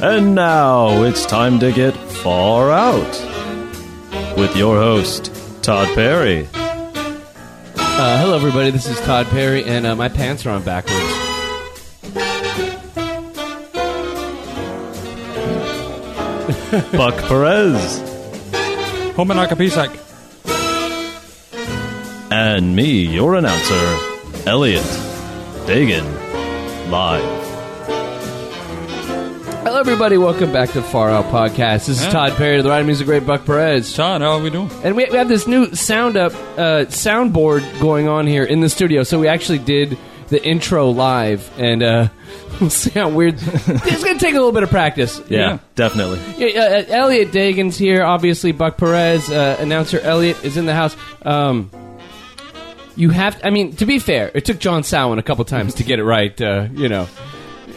And now it's time to get far out with your host, Todd Perry. Uh, hello, everybody. This is Todd Perry, and uh, my pants are on backwards. Buck Perez. Homan Akapisak. And me, your announcer, Elliot Dagan. Live. Hello, everybody. Welcome back to Far Out Podcast. This is Yeah. Todd Perry, the ride music great Buck Perez, Todd, how are we doing? and we, we have this new sound up uh, soundboard going on here in the studio. So we actually did the intro live, and uh, we'll see how weird. it's going to take a little bit of practice. Yeah, Yeah. definitely. Yeah, uh, Elliot Dagan's here. Obviously, Buck Perez, uh, announcer Elliot, is in the house. Um, you have, I mean, to be fair, it took John Sowen a couple times to get it right. Uh, you know,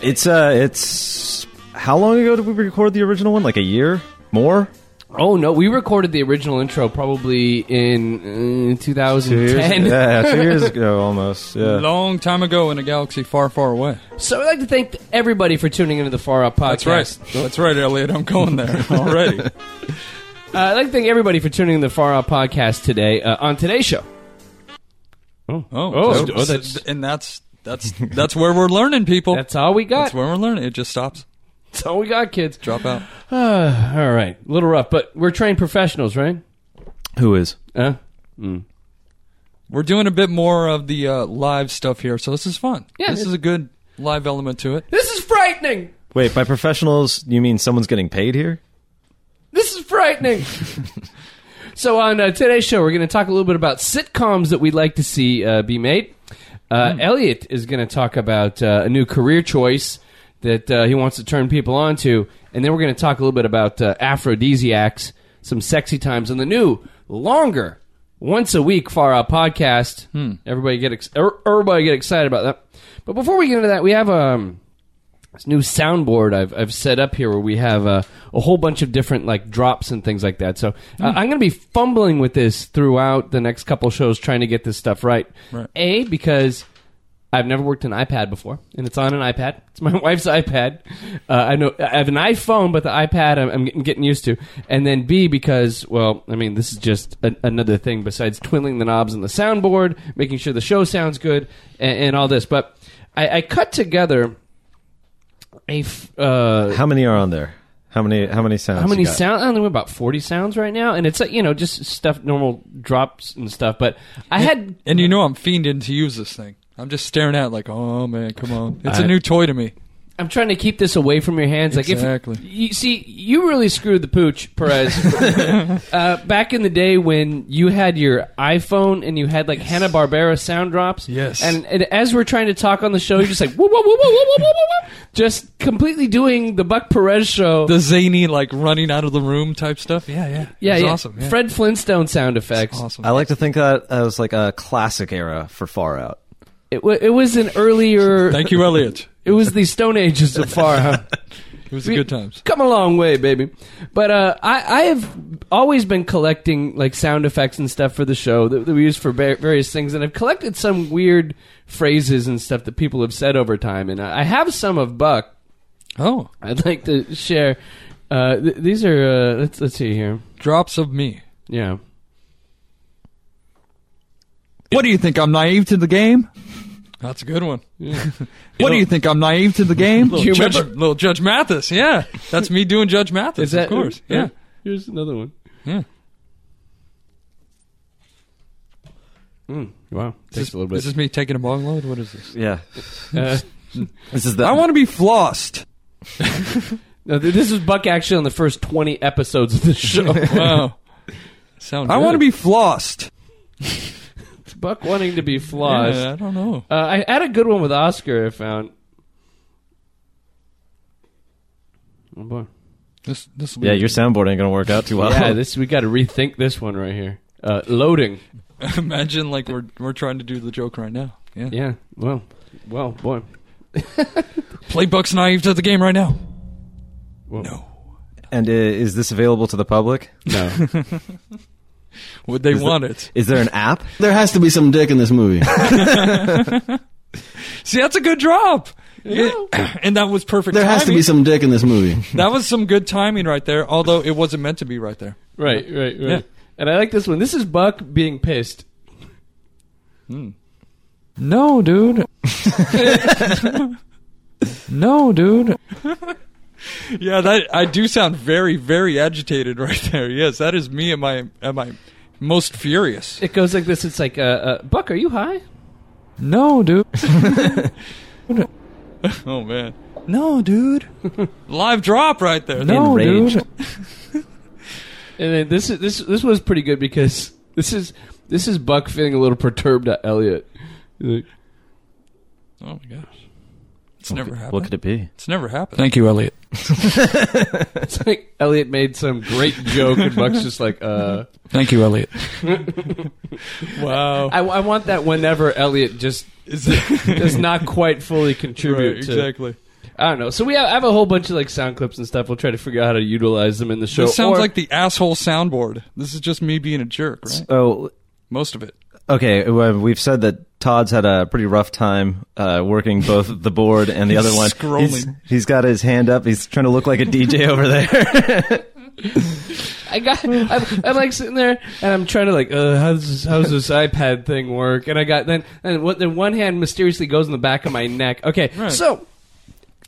It's uh it's how long ago did we record the original one? Like a year? More? oh no, we recorded the original intro probably in uh, 2010. yeah, two years ago almost. Yeah. Long time ago in a galaxy far, far away. So I'd like to thank everybody for tuning into the Far Out Podcast. That's right. That's right, Elliot. I'm going there already. Uh, I'd like to thank everybody for tuning in to the Far Out Podcast today. Uh, on today's show, Oh, Oh, so- oh, that's- and that's that's that's where we're learning, people. that's all we got. That's where we're learning. It just stops. That's all we got, kids. Drop out. Uh, all right, a little rough, but we're trained professionals, right? Who is? Uh, We're doing a bit more of the uh, live stuff here, so this is fun. Yeah, this it- is a good live element to it. This is frightening. Wait, by professionals you mean someone's getting paid here? This is frightening. so on uh, today's show, we're going to talk a little bit about sitcoms that we'd like to see uh, be made. Uh, Elliot is going to talk about uh, a new career choice that uh, he wants to turn people on to, and then we're going to talk a little bit about uh, aphrodisiacs, some sexy times, and the new longer once a week far out podcast. Everybody get ex- er- everybody get excited about that. But before we get into that, we have um, this new soundboard I've, I've set up here where we have a, a whole bunch of different like drops and things like that. So uh, I'm going to be fumbling with this throughout the next couple shows trying to get this stuff right. Right. A because I've never worked an iPad before, and it's on an iPad. It's my wife's iPad. Uh, I know I have an iPhone, but the iPad I'm, I'm getting- getting used to. And then B because, well, I mean, this is just a, another thing besides twiddling the knobs on the soundboard, making sure the show sounds good, and, and all this. But I, I cut together a f- uh, How many are on there? How many how many sounds? how many you got? sound? I don't know about forty sounds right now, and it's like you know just stuff, normal drops and stuff. But I had And you know I'm fiending to use this thing. I'm just staring at it like, oh man, come on. It's a I- new toy to me. I'm trying to keep this away from your hands. Like Exactly. If you see, you really screwed the pooch, Perez. uh, back in the day when you had your iPhone and you had like Hanna Barbera sound drops. Yes. And, and as we're trying to talk on the show, you're just like whoa, whoa, whoa, whoa, whoa, whoa, whoa, whoa, whoa, just completely doing the Buck Perez show. The zany, like running out of the room type stuff. Yeah, yeah, yeah, It's yeah. awesome. Yeah. Fred Flintstone sound effects. awesome. I like to think that that was like a classic era for Far Out. It, wa it was an earlier. Thank you, Elliot. It was the Stone Ages of far. Huh? It was We- good times. Come a long way, baby. But uh, I, I have always been collecting like sound effects and stuff for the show that, that we use for va- various things, and I've collected some weird phrases and stuff that people have said over time, and I, I have some of Buck. Oh, I'd like to share. Uh, th- these are uh, let's let's see here. drops of me. Yeah. What do you think? I'm naive to the game? That's a good one. What do you think? I'm naive to the game? you Judge, remember- little Judge Mathis, yeah, that's me doing Judge Mathis, Is that of course, here- yeah. Here's another one. Yeah. Mm, wow. Takes Is, a little bit. this me taking a bong load? What is this? Yeah. Uh, This is the I want to be flossed. no, th- this is Buck actually on the first twenty episodes of the show. Oh, Wow, sound. I good. want to be flossed. Buck wanting to be flossed. Yeah, I don't know. Uh, I had a good one with Oscar. I found. Oh boy! This, this. will be- Yeah, your soundboard ain't gonna work out too well. Oh. yeah, this we got to rethink this one right here. Uh, loading. Imagine like we're we're trying to do the joke right now. Yeah. Yeah. Well. Well, boy. Play Bucks naive to the game right now. Well, No. and uh, is this available to the public? No. Would they Is it- want it? Is there an app? There has to be some dick in this movie. See, that's a good drop. and that was perfect. There timing. has to be some dick in this movie. That was some good timing right there. Although it wasn't meant to be right there. Right, right, right. Yeah. And I like this one. This is Buck being pissed. No, dude. No, dude. Yeah, that I do sound very, very agitated right there. Yes, that is me. Am I? Am I most furious? It goes like this. It's like, uh, uh, Buck, are you high? No, dude. Oh man, No, dude. live drop right there. No, Enraged. dude. And then this is this this was pretty good because this is this is Buck feeling a little perturbed at Elliot. He's like, Oh my gosh, it's never happened. What could it be? It's never happened. Thank you, Elliot. It's like Elliot made some great joke, and Buck's just like, uh. Thank you, Elliot. wow. I, I want that whenever Elliot just Is it- does not quite fully contribute Right, to. exactly. I don't know. So we have, I have a whole bunch of like sound clips and stuff. We'll try to figure out how to utilize them in the show. This sounds or- like the asshole soundboard. This is just me being a jerk, right? So, Most of it. okay, well, we've said that Todd's had a pretty rough time uh, working both the board and the other one. Scrolling. He's- he's got his hand up. He's trying to look like a DJ over there. I got. I'm, I'm like sitting there and I'm trying to like, uh, how's this, how's this iPad thing work? And I got then and what, then one hand mysteriously goes in the back of my neck. Okay, so.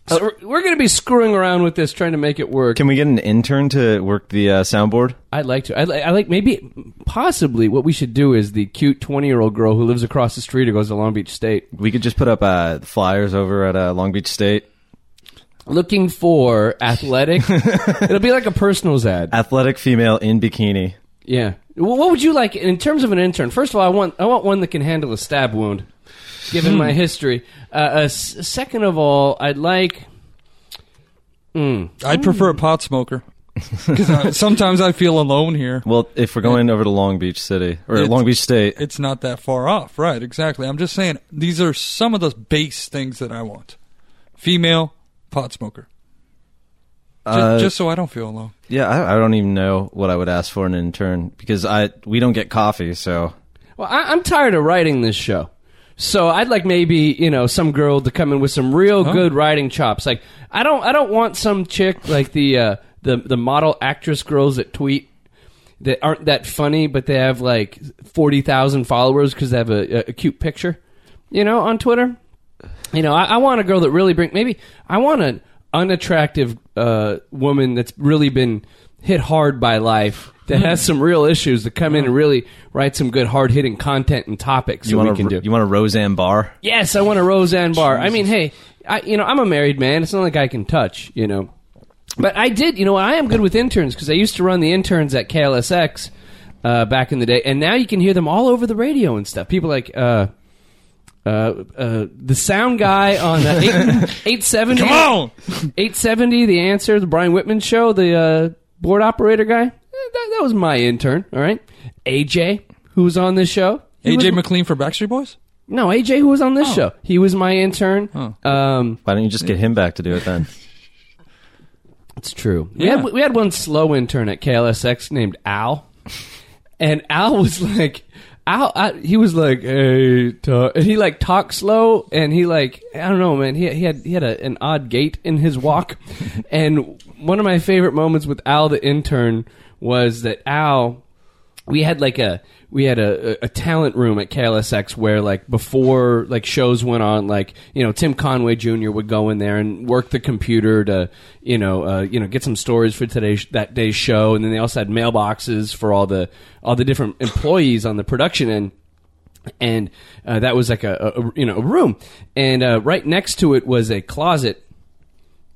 so we're- we're going to be screwing around with this, trying to make it work. Can we get an intern to work the uh, soundboard? I'd like to. I like, I like maybe, possibly, what we should do is the cute twenty-year-old girl who lives across the street who goes to Long Beach State, We could just put up uh, flyers over at uh, Long Beach State. looking for athletic. It'll be like a personals ad. Athletic female in bikini. Yeah. Well, what would you like in terms of an intern? First of all, I want I want one that can handle a stab wound, given my history. Uh, uh, s- second of all, I'd like. Mm. I'd prefer a pot smoker. Because sometimes I feel alone here. Well, if we're going over to Long Beach City or It's- Long Beach State, It's not that far off. Right, exactly. I'm just saying, these are some of the base things that I want female pot smoker. Just, Uh, just so I don't feel alone. yeah, I, I don't even know what I would ask for an intern because I we don't get coffee, so Well, I, I'm tired of writing this show, so I'd like maybe you know some girl to come in with some real good writing chops. Like I don't I don't want some chick like the uh, the the model actress girls that tweet. That aren't that funny, but they have like forty thousand followers because they have a, a- a cute picture, you know, on Twitter. You know, I, I want a girl that really bring. Maybe I want an unattractive uh, woman that's really been hit hard by life, that has some real issues, to come in and really write some good, hard hitting content and topics you that want we can to do. you want a Roseanne Barr? yes, I want a Roseanne Barr. I mean, hey, I you know I'm a married man. It's not like I can touch. You know, but I did. You know, I am good with interns because I used to run the interns at KLSX uh, back in the day, and now you can hear them all over the radio and stuff. People like. Uh, uh, uh, the sound guy on uh, eight, 870 Come on! 870, The Answer, The Brian Whitman Show, the uh, board operator guy. Eh, That, that was my intern, all right? AJ, who was on this show. He AJ was- McLean for Backstreet Boys? No, AJ, who was on this show. He was my intern. Um, Why don't you just get him back to do it then? it's true. We, had, we had one slow intern at KLSX named Al. And Al was like, Al, I, he was like, hey, ta-" and he like talked slow, and he like, I don't know, man. He, he had he had a, an odd gait in his walk, and one of my favorite moments with Al the intern was that Al, we had like a we had a, a, a talent room at KLSX where like before like shows went on, like you know Tim Conway Jr. would go in there and work the computer to you know uh, you know get some stories for today's that day's show, and then they also had mailboxes for all the all the different employees on the production end and uh, that was like a, a- a- you know a room, and uh, right next to it was a closet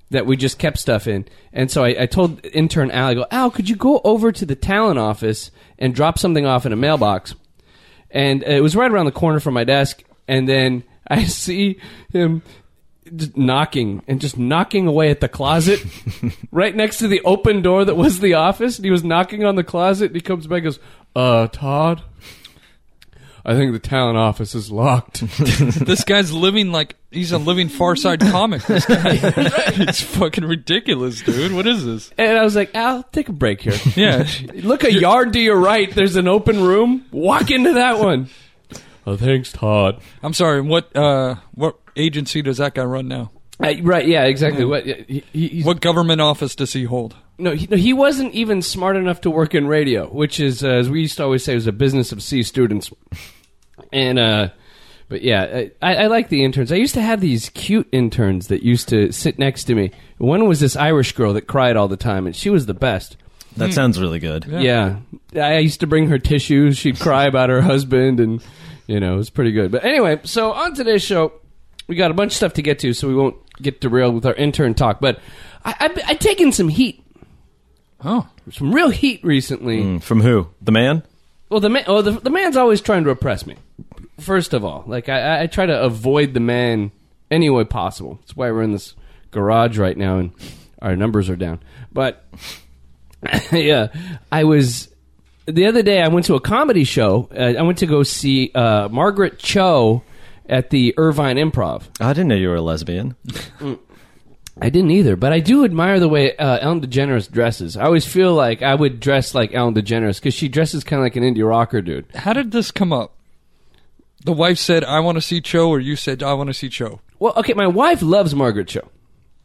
that we just kept stuff in. And so I, I told intern Al, I go, Al, could you go over to the talent office and drop something off in a mailbox? And it was right around the corner from my desk, and then I see him just knocking and just knocking away at the closet right next to the open door that was the office and he was knocking on the closet and he comes back and goes uh todd I think the talent office is locked. This guy's living like he's a living Far Side comic. This guy. it's fucking ridiculous, dude. What is this? and I was like, Al, take a break here. Yeah. Look a yard to your right. There's an open room. Walk into that one. oh, thanks, Todd. I'm sorry. What uh, what agency does that guy run now? Uh, right? Yeah, exactly. What he, he- he's, What government office does he hold? no, he, no, he wasn't even smart enough to work in radio, which is uh, as we used to always say was a business of C students. And uh, but yeah, I, I like the interns. I used to have these cute interns that used to sit next to me. One was this Irish girl that cried all the time, and she was the best. That sounds really good. Yeah. I used to bring her tissues. She'd cry about her husband, and, you know, it was pretty good. But anyway, so on today's show, we got a bunch of stuff to get to, so we won't get derailed with our intern talk. But I, I've, I've taken some heat, Oh, some real heat recently. Mm, From who? The man? Well, the, man, oh, the, the man's always trying to oppress me, first of all. Like, I, I- I try to avoid the man any way possible. That's why we're in this garage right now, and our numbers are down. But. yeah, I was the other day. I went to a comedy show. Uh, I went to go see uh, Margaret Cho at the Irvine Improv. I didn't know you were a lesbian. I didn't either, but I do admire the way uh, Ellen DeGeneres dresses. I always feel like I would dress like Ellen DeGeneres because she dresses kind of like an indie rocker dude. how did this come up? The wife said, "I want to see Cho," or you said, "I want to see Cho." Well, okay, my wife loves Margaret Cho,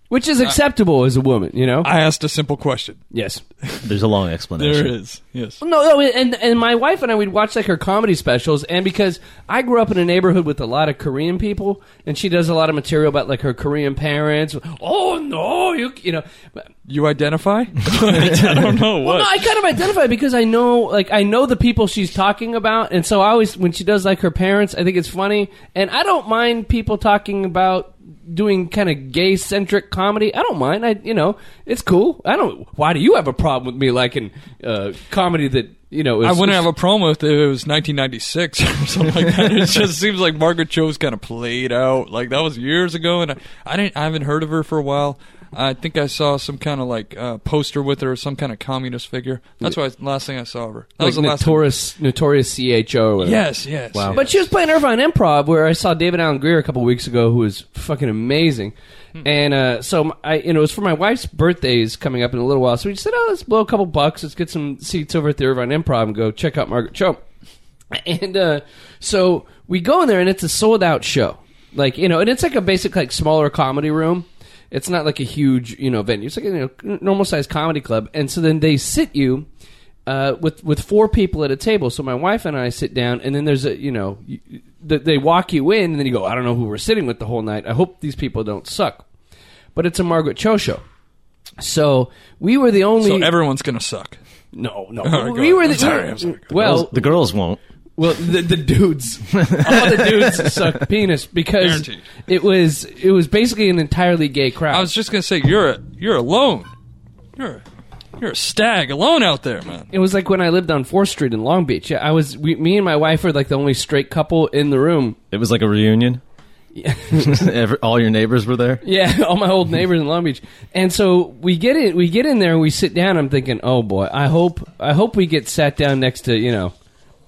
which is acceptable as a woman, you know. I asked a simple question. yes. There's a long explanation. is. Yes. No, no, and and my wife and I would watch like her comedy specials, and because I grew up in a neighborhood with a lot of Korean people, and she does a lot of material about like her Korean parents. Oh no, you you know, but- You identify? I don't know what. well, no, I kind of identify because I know like I know the people she's talking about, and so I always when she does like her parents, I think it's funny, and I don't mind people talking about doing kind of gay centric comedy. I don't mind. I you know it's cool. I don't. Why do you have a problem with me liking uh, comedy that you know? Is, I wouldn't have a problem if it was 1996 or something like that. It just seems like Margaret Cho's kind of played out. Like that was years ago, and I, I didn't, I haven't heard of her for a while. I think I saw some kind of like uh, poster with her, some kind of communist figure. That's why last thing I saw of her. That was like the last. notorious notorious CHO. Or Yes, yes. Wow. But she was playing Irvine Improv, where I saw David Allen Greer a couple weeks ago, who was fucking amazing. And uh, so m- I, you know, it was for my wife's birthdays coming up in a little while. So we said, "Oh, let's blow a couple bucks. Let's get some seats over at the Irvine Improv and go check out Margaret Cho." And uh, so we go in there, and it's a sold out show. Like you know, and it's like a basic like smaller comedy room. It's not like a huge you know venue. It's like a you know, normal sized comedy club. And so then they sit you uh, with with four people at a table. So my wife and I sit down, and then there's a you know you- th- they walk you in, and then you go, I don't know who we're sitting with the whole night. I hope these people don't suck. But it's a Margaret Cho show. So we were the only So everyone's gonna suck. no no right, we go were on. the I'm sorry, I'm sorry. well The girls won't. well, the, the dudes, all the dudes suck penis because Guaranteed. it was it was basically an entirely gay crowd. I was just gonna say you're a, you're alone. You're a, you're a stag alone out there, man. it was like when I lived on Fourth Street in Long Beach. I was we, me and my wife were like the only straight couple in the room. It was like a reunion. Every, all your neighbors were there. Yeah, all my old neighbors in Long Beach. And so we get it. We get in there. We sit down. I'm thinking, oh boy, I hope I hope we get sat down next to you know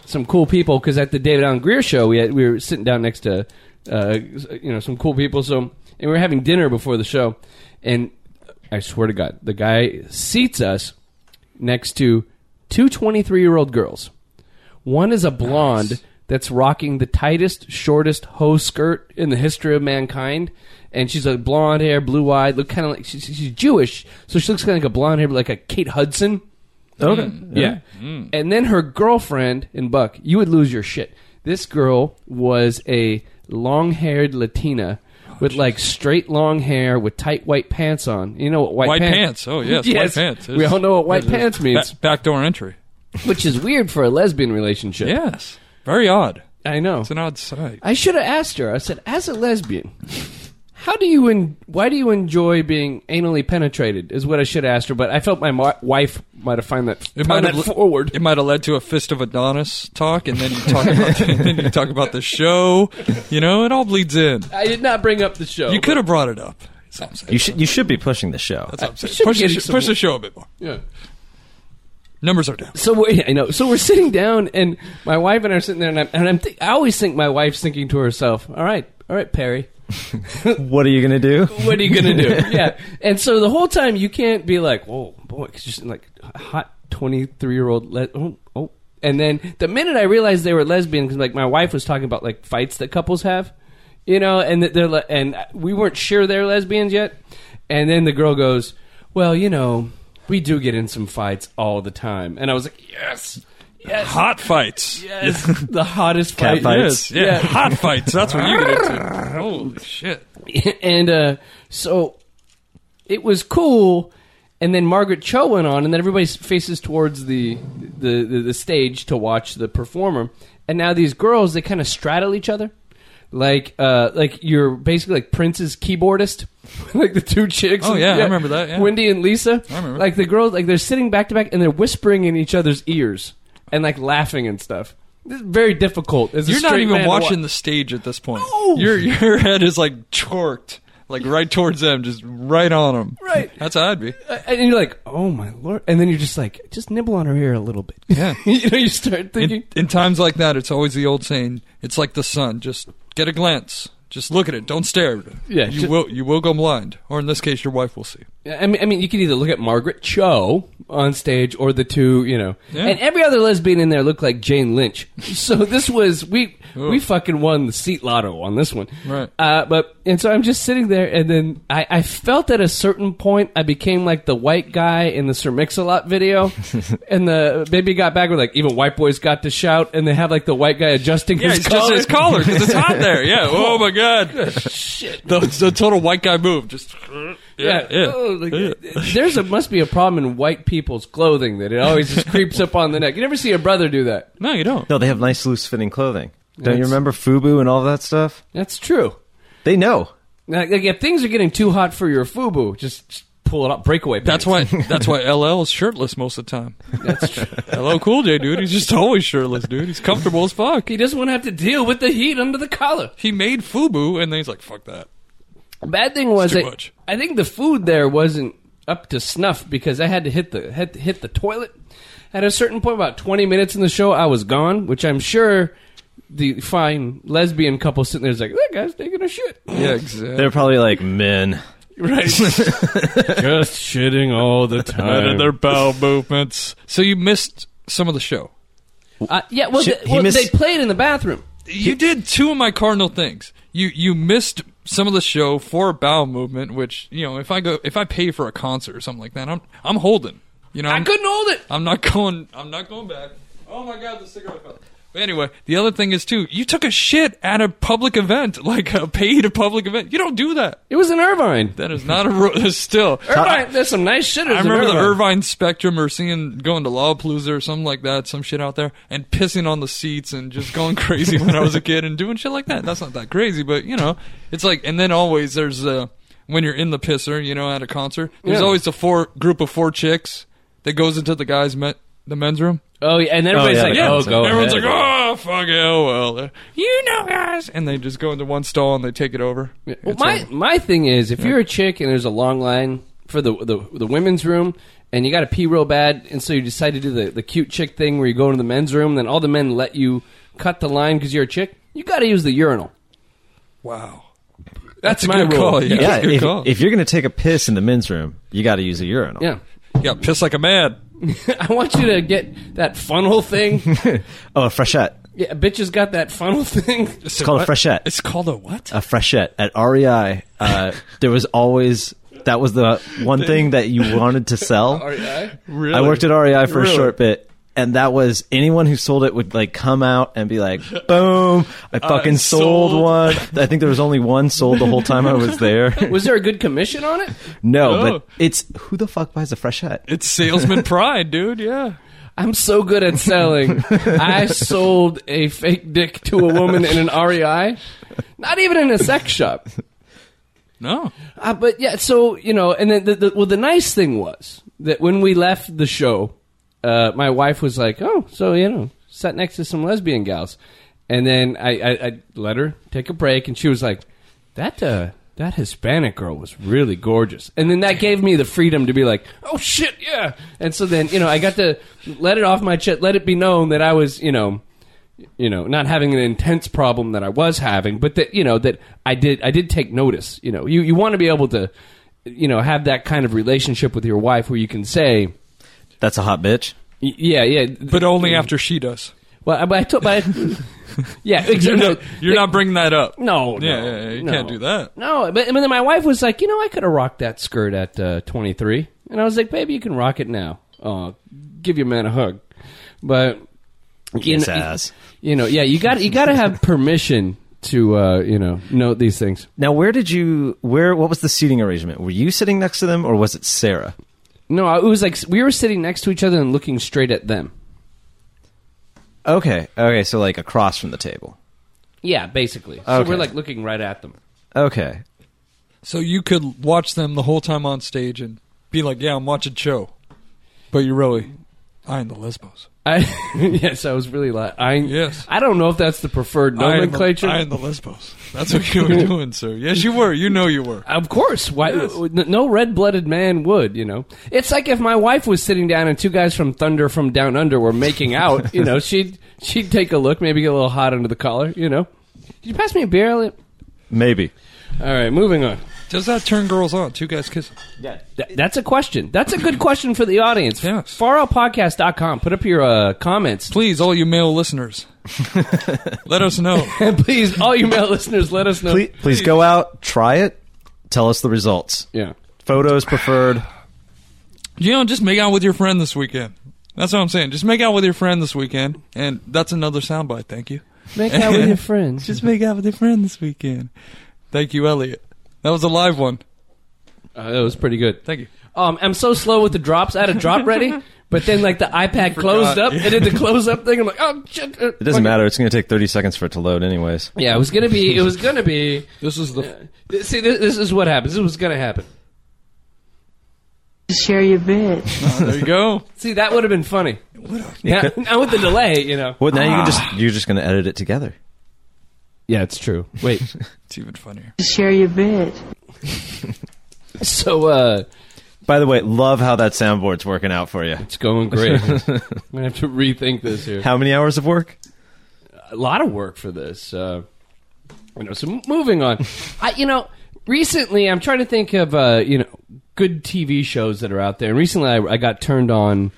some cool people because at the David Allen Greer show we had, we were sitting down next to uh, you know some cool people. So and we were having dinner before the show, and I swear to God, the guy seats us next to two 23 year old girls. One is a blonde that's rocking the tightest, shortest hoe skirt in the history of mankind, and she's a blonde hair, blue eyed, look kind of like she's, she's Jewish, so she looks kind of like a blonde hair, like a Kate Hudson. Okay. Mm. Yeah. And then her girlfriend in Buck, you would lose your shit. This girl was a long haired Latina with like straight long hair with tight white pants on. You know what white, White pan- pants. Oh, yes, white pants. We all know what white pants means, Ba- backdoor entry. which is weird for a lesbian relationship. Yes. Very odd. I know. It's an odd sight. I should have asked her. I said, as a lesbian, how do you en- why do you enjoy being anally penetrated? Is what I should have asked her. But I felt my mar- wife might have found that It found might have that le- forward. It might have led to a fist of Adonis talk, and then you talk about the, then you talk about the show. You know, it all bleeds in. I did not bring up the show. You could have brought it up. That's what I'm saying. You should you should be pushing the show. That's what I'm saying. should Push, get the, sh- some- push the show a bit more. Yeah. Numbers are down. So we're, I know. So we're sitting down, and my wife and I are sitting there, and I'm, and I'm thi- I always think my wife's thinking to herself, "All right, all right, Perry, What are you gonna do? what are you gonna do?" yeah. And so the whole time you can't be like, "Whoa, boy," because you're sitting like a hot twenty three year old. Le- oh, oh. And then the minute I realized they were lesbian, because like my wife was talking about like fights that couples have. you know, and that they're le- and we weren't sure they're lesbians yet. And then the girl goes, "Well, you know, we do get in some fights all the time." And I was like, "Yes, yes, Hot fights. yes, the hottest Cat fight, fights. Yes, yeah. Yeah. Hot fights. That's what you get into. Holy shit. and uh, so it was cool. And then Margaret Cho went on, and then everybody faces towards the the, the, the stage to watch the performer. And now these girls, they kind of straddle each other, like uh, like you're basically like Prince's keyboardist, like the two chicks. Oh, yeah, I remember that, yeah. Wendy and Lisa. I remember. Like the girls, like they're sitting back to back, and they're whispering in each other's ears, and like laughing and stuff. This is very difficult. As a You're not straight man even to wa- watching the stage at this point. Your your head is like torqued, like right towards them, just right on them. Right. That's how I'd be. and you're like, oh my lord, and then you're just like, just nibble on her ear a little bit. Yeah. you know, you start thinking, In, in times like that, it's always the old saying: "It's like the sun. Just get a glance. Just look at it. Don't stare at it. Yeah, you ju- will. You will go blind, or in this case, your wife will see." I mean, I mean, you could either look at Margaret Cho on stage or the two, you know, Yeah. and every other lesbian in there looked like Jane Lynch. So this was we we fucking won the seat lotto on this one, Right. Uh, but and so I'm just sitting there, and then I, I felt at a certain point I became like the white guy in the Sir Mix-a-Lot video, and the baby got back with like even white boys got to shout, and they have like the white guy adjusting Yeah, his it's collar. just his collar because it's hot there. Yeah. Oh my god. Shit. The, the total white guy move. Just. Yeah. Yeah. yeah. Oh, like, There's a must be a problem in white people's clothing that it always just creeps up on the neck. You never see a brother do that. No, you don't. No, they have nice, loose fitting clothing. Don't you That's- remember FUBU and all that stuff? That's true. They know. Like, like, if things are getting too hot for your fubu, just, just pull it up, breakaway. That's Pants. why. That's why LL is shirtless most of the time. That's true. LL Cool J, dude. He's just always shirtless, dude. He's comfortable as fuck. He doesn't want to have to deal with the heat under the collar. He made Fubu, and then he's like, "Fuck that." Bad thing was too I, much. I think the food there wasn't up to snuff because I had to hit the had to hit the toilet. At a certain point, about twenty minutes in the show, I was gone, which I'm sure the fine lesbian couple sitting there's like, that guy's taking a shit. Yeah, exactly. They're probably like men. Right. Just shitting all the time. bowel movements. So you missed some of the show. Uh, yeah, well, She- the- he well missed- they played in the bathroom. You did two of my cardinal things. You you missed some of the show for a bowel movement, which you know if I go if I pay for a concert or something like that, I'm I'm holding. You know, I I'm- couldn't hold it. I'm not going. I'm not going back. Oh my god, the cigarette fell. But anyway, the other thing is too, you took a shit at a public event, like a paid public event. You don't do that. It was in Irvine. That is not a ru- still. Irvine, there's some nice shit. I remember the Irvine Spectrum or seeing going to Lollapalooza or something like that, some shit out there, and pissing on the seats and just going crazy when I was a kid and doing shit like that. That's not that crazy, but you know, it's like. And then always there's uh, when you're in the pisser, you know, at a concert, there's Yeah. always the four group of four chicks that goes into the guys' met the men's room. Oh, yeah, and everybody's yeah, like, yeah. "Oh, go Everyone's ahead. like, oh fuck it, oh well, you know, guys, and they just go into one stall and they take it over. Well, It's my over. my thing is, if you're a chick and there's a long line for the the, the women's room, and you got to pee real bad, and so you decide to do the, the cute chick thing where you go into the men's room, then all the men let you cut the line because you're a chick. You got to use the urinal. wow, that's, a my good rule. call. Oh, Yeah, Yeah, that's a good if, call. if you're going to take a piss in the men's room, you got to use a urinal. Yeah, yeah, piss like a man. I want you to get that funnel thing. Oh, a freshette. yeah, bitches got that funnel thing. It's called a Uh, freshette. It's called a what? a freshette at REI. Uh, there was always that was the one thing that you wanted to sell. E really? I worked at REI for Really? a short bit. And that was anyone who sold it would like come out and be like, "Boom! I fucking sold, sold." one." I think there was only one sold the whole time I was there. Was there a good commission on it? no, Oh. but it's who the fuck buys a freshette? It's salesman pride, dude. Yeah. I'm so good at selling. I sold a fake dick to a woman in an REI, not even in a sex shop. No. Uh, but yeah, so you know, and then the, the well, the nice thing was that when we left the show, uh, my wife was like, "Oh, so you know, sat next to some lesbian gals," and then I, I, I let her take a break, and she was like, "That uh, that Hispanic girl was really gorgeous," and then that gave me the freedom to be like, "Oh shit, yeah," and so then you know, I got to let it off my chest, let it be known that I was you know you know, not having an intense problem that I was having, but that you know that I did I did take notice. You know, you you want to be able to, you know, have that kind of relationship with your wife where you can say, That's a hot bitch. y- yeah, yeah, But only after she does. Well, I- but I took, but I- yeah, exactly. You're, not, you're not bringing that up. No, Yeah, no, yeah, yeah, you no. can't do that. No, but but then my wife was like, you know, I could have rocked that skirt at uh, 23, and I was like, baby, you can rock it now. Oh, give your man a hug, but you Yes, know, ass. you know, yeah, you got you got to have permission to uh, you know note these things. Now, where did you? Where? What was the seating arrangement? Were you sitting next to them, or was it Sarah? No, it was like we were sitting next to each other and looking straight at them. Okay, okay, so like across from the table. Yeah, basically. So Okay. we're like looking right at them. Okay, So you could watch them the whole time on stage and be like, "Yeah, I'm watching show," but you're really eyeing the lesbos. I, yes, I was really like, I, Yes. I don't know if that's the preferred Eyeing the- nomenclature. Eyeing the lesbos. That's what you were doing, sir. Yes, you were. You know you were. Of course, why? n- No red-blooded man would, you know. It's like if my wife was sitting down and two guys from Thunder from Down Under were making out, you know, she'd she'd take a look, maybe get a little hot under the collar, you know. Did you pass me a beer? Elliot? maybe. All right, moving on. Does that turn girls on? Two guys kissing. Th- that's a question. That's a good question for the audience. Yes. Faroutpodcast.com. Put up your uh, comments. Please, all you male listeners, let us know. And please, all you male listeners, let us know. Please, please go out, try it, tell us the results. Yeah. Photos preferred. You know, just make out with your friend this weekend. That's what I'm saying. Just make out with your friend this weekend, and that's another soundbite. Thank you. Make out with your friends. Just make out with your friend this weekend. Thank you, Elliot. That was a live one. Uh, that was pretty good. Thank you. Um, I'm so slow with the drops. I had a drop ready, but then like the iPad closed up. It did the close up thing. I'm like, oh shit. It doesn't matter. It's going to take thirty seconds for it to load, anyways. Yeah, it was gonna be. It was gonna be. Uh, This is the See, this, this is what happens. This was gonna happen. share your bed. There you go. See, that would have been funny. Now, now with the delay, you know. Well, now you can just you're just going to edit it together. Yeah, it's true. Wait. It's even funnier. Share your bed. So uh, By the way, love how that soundboard's working out for you. it's going great. I'm gonna have to rethink this here. How many hours of work? a lot of work for this. Uh, you know, so moving on, I you know recently I'm trying to think of uh, you know good TV shows that are out there. And recently I, I got turned on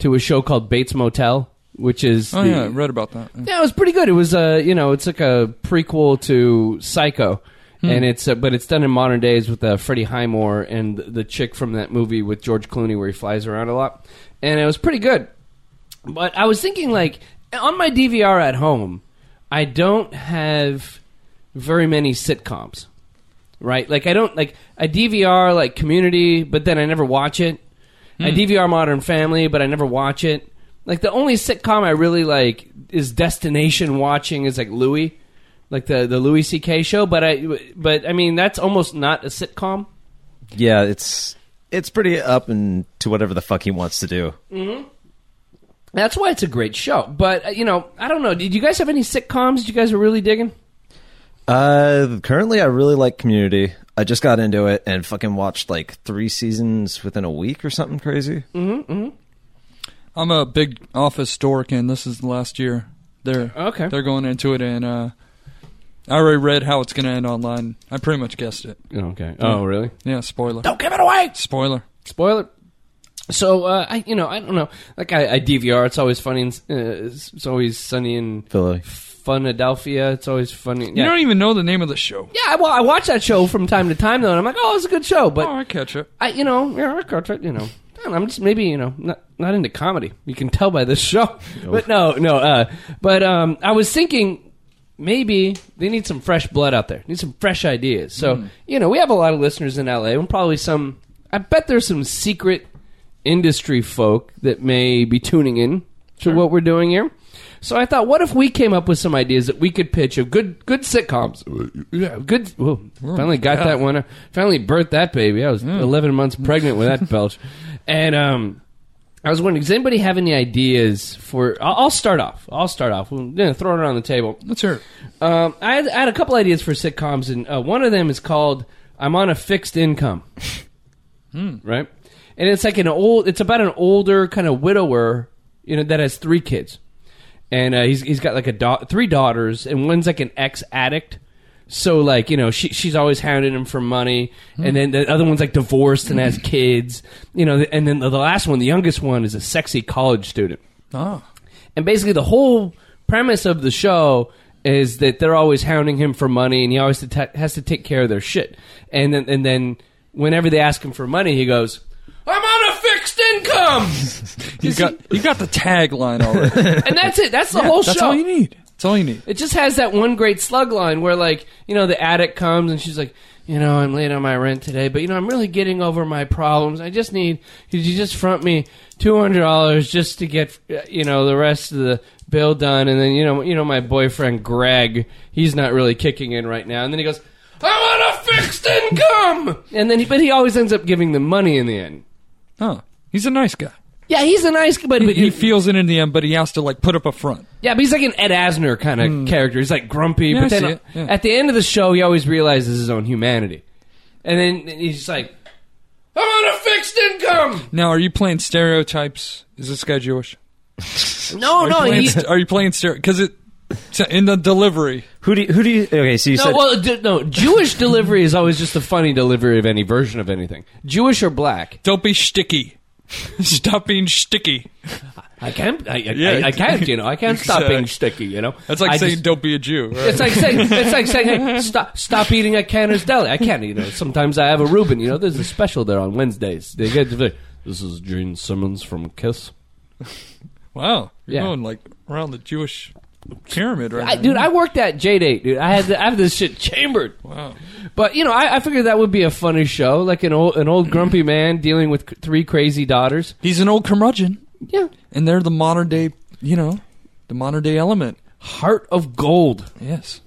to a show called Bates Motel, which is Oh the- yeah, I read about that. Yeah. yeah, it was pretty good. It was uh, you know, it's like a prequel to Psycho. And it's uh, but it's done in modern days with uh, Freddie Highmore and the chick from that movie with George Clooney where he flies around a lot, and it was pretty good. But I was thinking like on my DVR at home, I don't have very many sitcoms, right? Like I don't like I DVR like Community, but then I never watch it. I DVR Modern Family, but I never watch it. Like the only sitcom I really like is destination watching is like Louis, like the the Louis C.K. show. But I but I mean that's almost not a sitcom. Yeah, it's it's pretty up and to whatever the fuck he wants to do. That's why it's a great show. But uh, you know I don't know. Did you guys have any sitcoms? You guys were really digging. Uh, currently, I really like Community. I just got into it and fucking watched like three seasons within a week or something crazy. I'm a big office dork, and this is the last year. They're Okay. They're going into it, and uh, I already read how it's going to end online. I pretty much guessed it. Okay. Oh really? Yeah, spoiler. Don't give it away. Spoiler. Spoiler. So uh, I you know I don't know. Like I, I DVR. It's always funny. And, uh, it's it's always sunny in Philly. Philadelphia. It's always funny. You don't even know the name of the show. Yeah, I, well, I watch that show from time to time though, and I'm like, oh, it's a good show. But oh, I catch it. I, you know, yeah, I got it, you know, I don't know, I'm just maybe you know not not into comedy. You can tell by this show, but no, no. Uh, but um, I was thinking maybe they need some fresh blood out there, need some fresh ideas. So you know, we have a lot of listeners in LA, and probably some. I bet there's some secret industry folk that may be tuning in to what we're doing here. So I thought, what if we came up with some ideas that we could pitch of good good sitcoms? Yeah, good. Whoa, finally got that one. out. Finally birthed that baby. I was 11 months pregnant with that belch, and um, I was wondering, does anybody have any ideas for? I'll, I'll start off. I'll start off. We'll, yeah, throw it on the table. Let's hear it. Um, I, had, I had a couple ideas for sitcoms, and uh, one of them is called "I'm on a Fixed Income," right? And it's like an old. It's about an older kind of widower, you know, that has three kids, and uh, he's he's got like a da- three daughters, and one's like an ex addict. So like you know she she's always hounding him for money, and then the other one's like divorced and has kids, you know, and then the the last one, the youngest one, is a sexy college student. Oh. And basically, the whole premise of the show is that they're always hounding him for money, and he always ta- has to take care of their shit. And then, and then whenever they ask him for money, he goes, "I'm on a fixed income," You got you got the tagline already. and that's it. That's the whole show. That's all you need. That's all you need. It just has that one great slug line where, like, you know, the addict comes and she's like, you know, I'm late on my rent today, but you know, I'm really getting over my problems. I just need could you just front me two hundred dollars just to get uh, you know the rest of the bill done, and then you know, you know, my boyfriend Greg, he's not really kicking in right now, and then he goes, I want a fixed income, and then he, but he always ends up giving them money in the end. Huh. He's a nice guy. Yeah, he's a nice, but, but He feels it in the end, but he has to like put up a front. Yeah, but he's like an Ed Asner kind of character. He's like grumpy, Yeah, I but see then it. Yeah. at the end of the show, he always realizes his own humanity, and then he's just like, "I'm on a fixed income." Now, are you playing stereotypes? Is this guy Jewish? No, no, Playing he, st- are you playing stereo? Because it so in the delivery. Who do you, who do you? Okay, so you no. said Well, d- no. Jewish delivery is always just a funny delivery of any version of anything, Jewish or black. Don't be sticky. Stop being sticky. I can't. I, I, Yeah. I, I can't. You know, I can't stop being Exact. sticky. You know, That's like I saying just- don't be a Jew. right? It's like saying, it's like saying, hey, stop, stop eating at Canner's Deli. I can't, you know. Sometimes I have a Reuben. You know, there's a special there on Wednesdays. They get to be, this is Gene Simmons from Kiss. wow, you're Yeah. going like around the Jewish pyramid right I, now. dude, I worked at J Date, dude. I had to, I have this shit chambered. wow. But you know, I, I figured that would be a funny show, like an old an old grumpy man dealing with c- three crazy daughters. He's an old curmudgeon, Yeah, and they're the modern day. You know, the modern day element. heart of gold. Yes.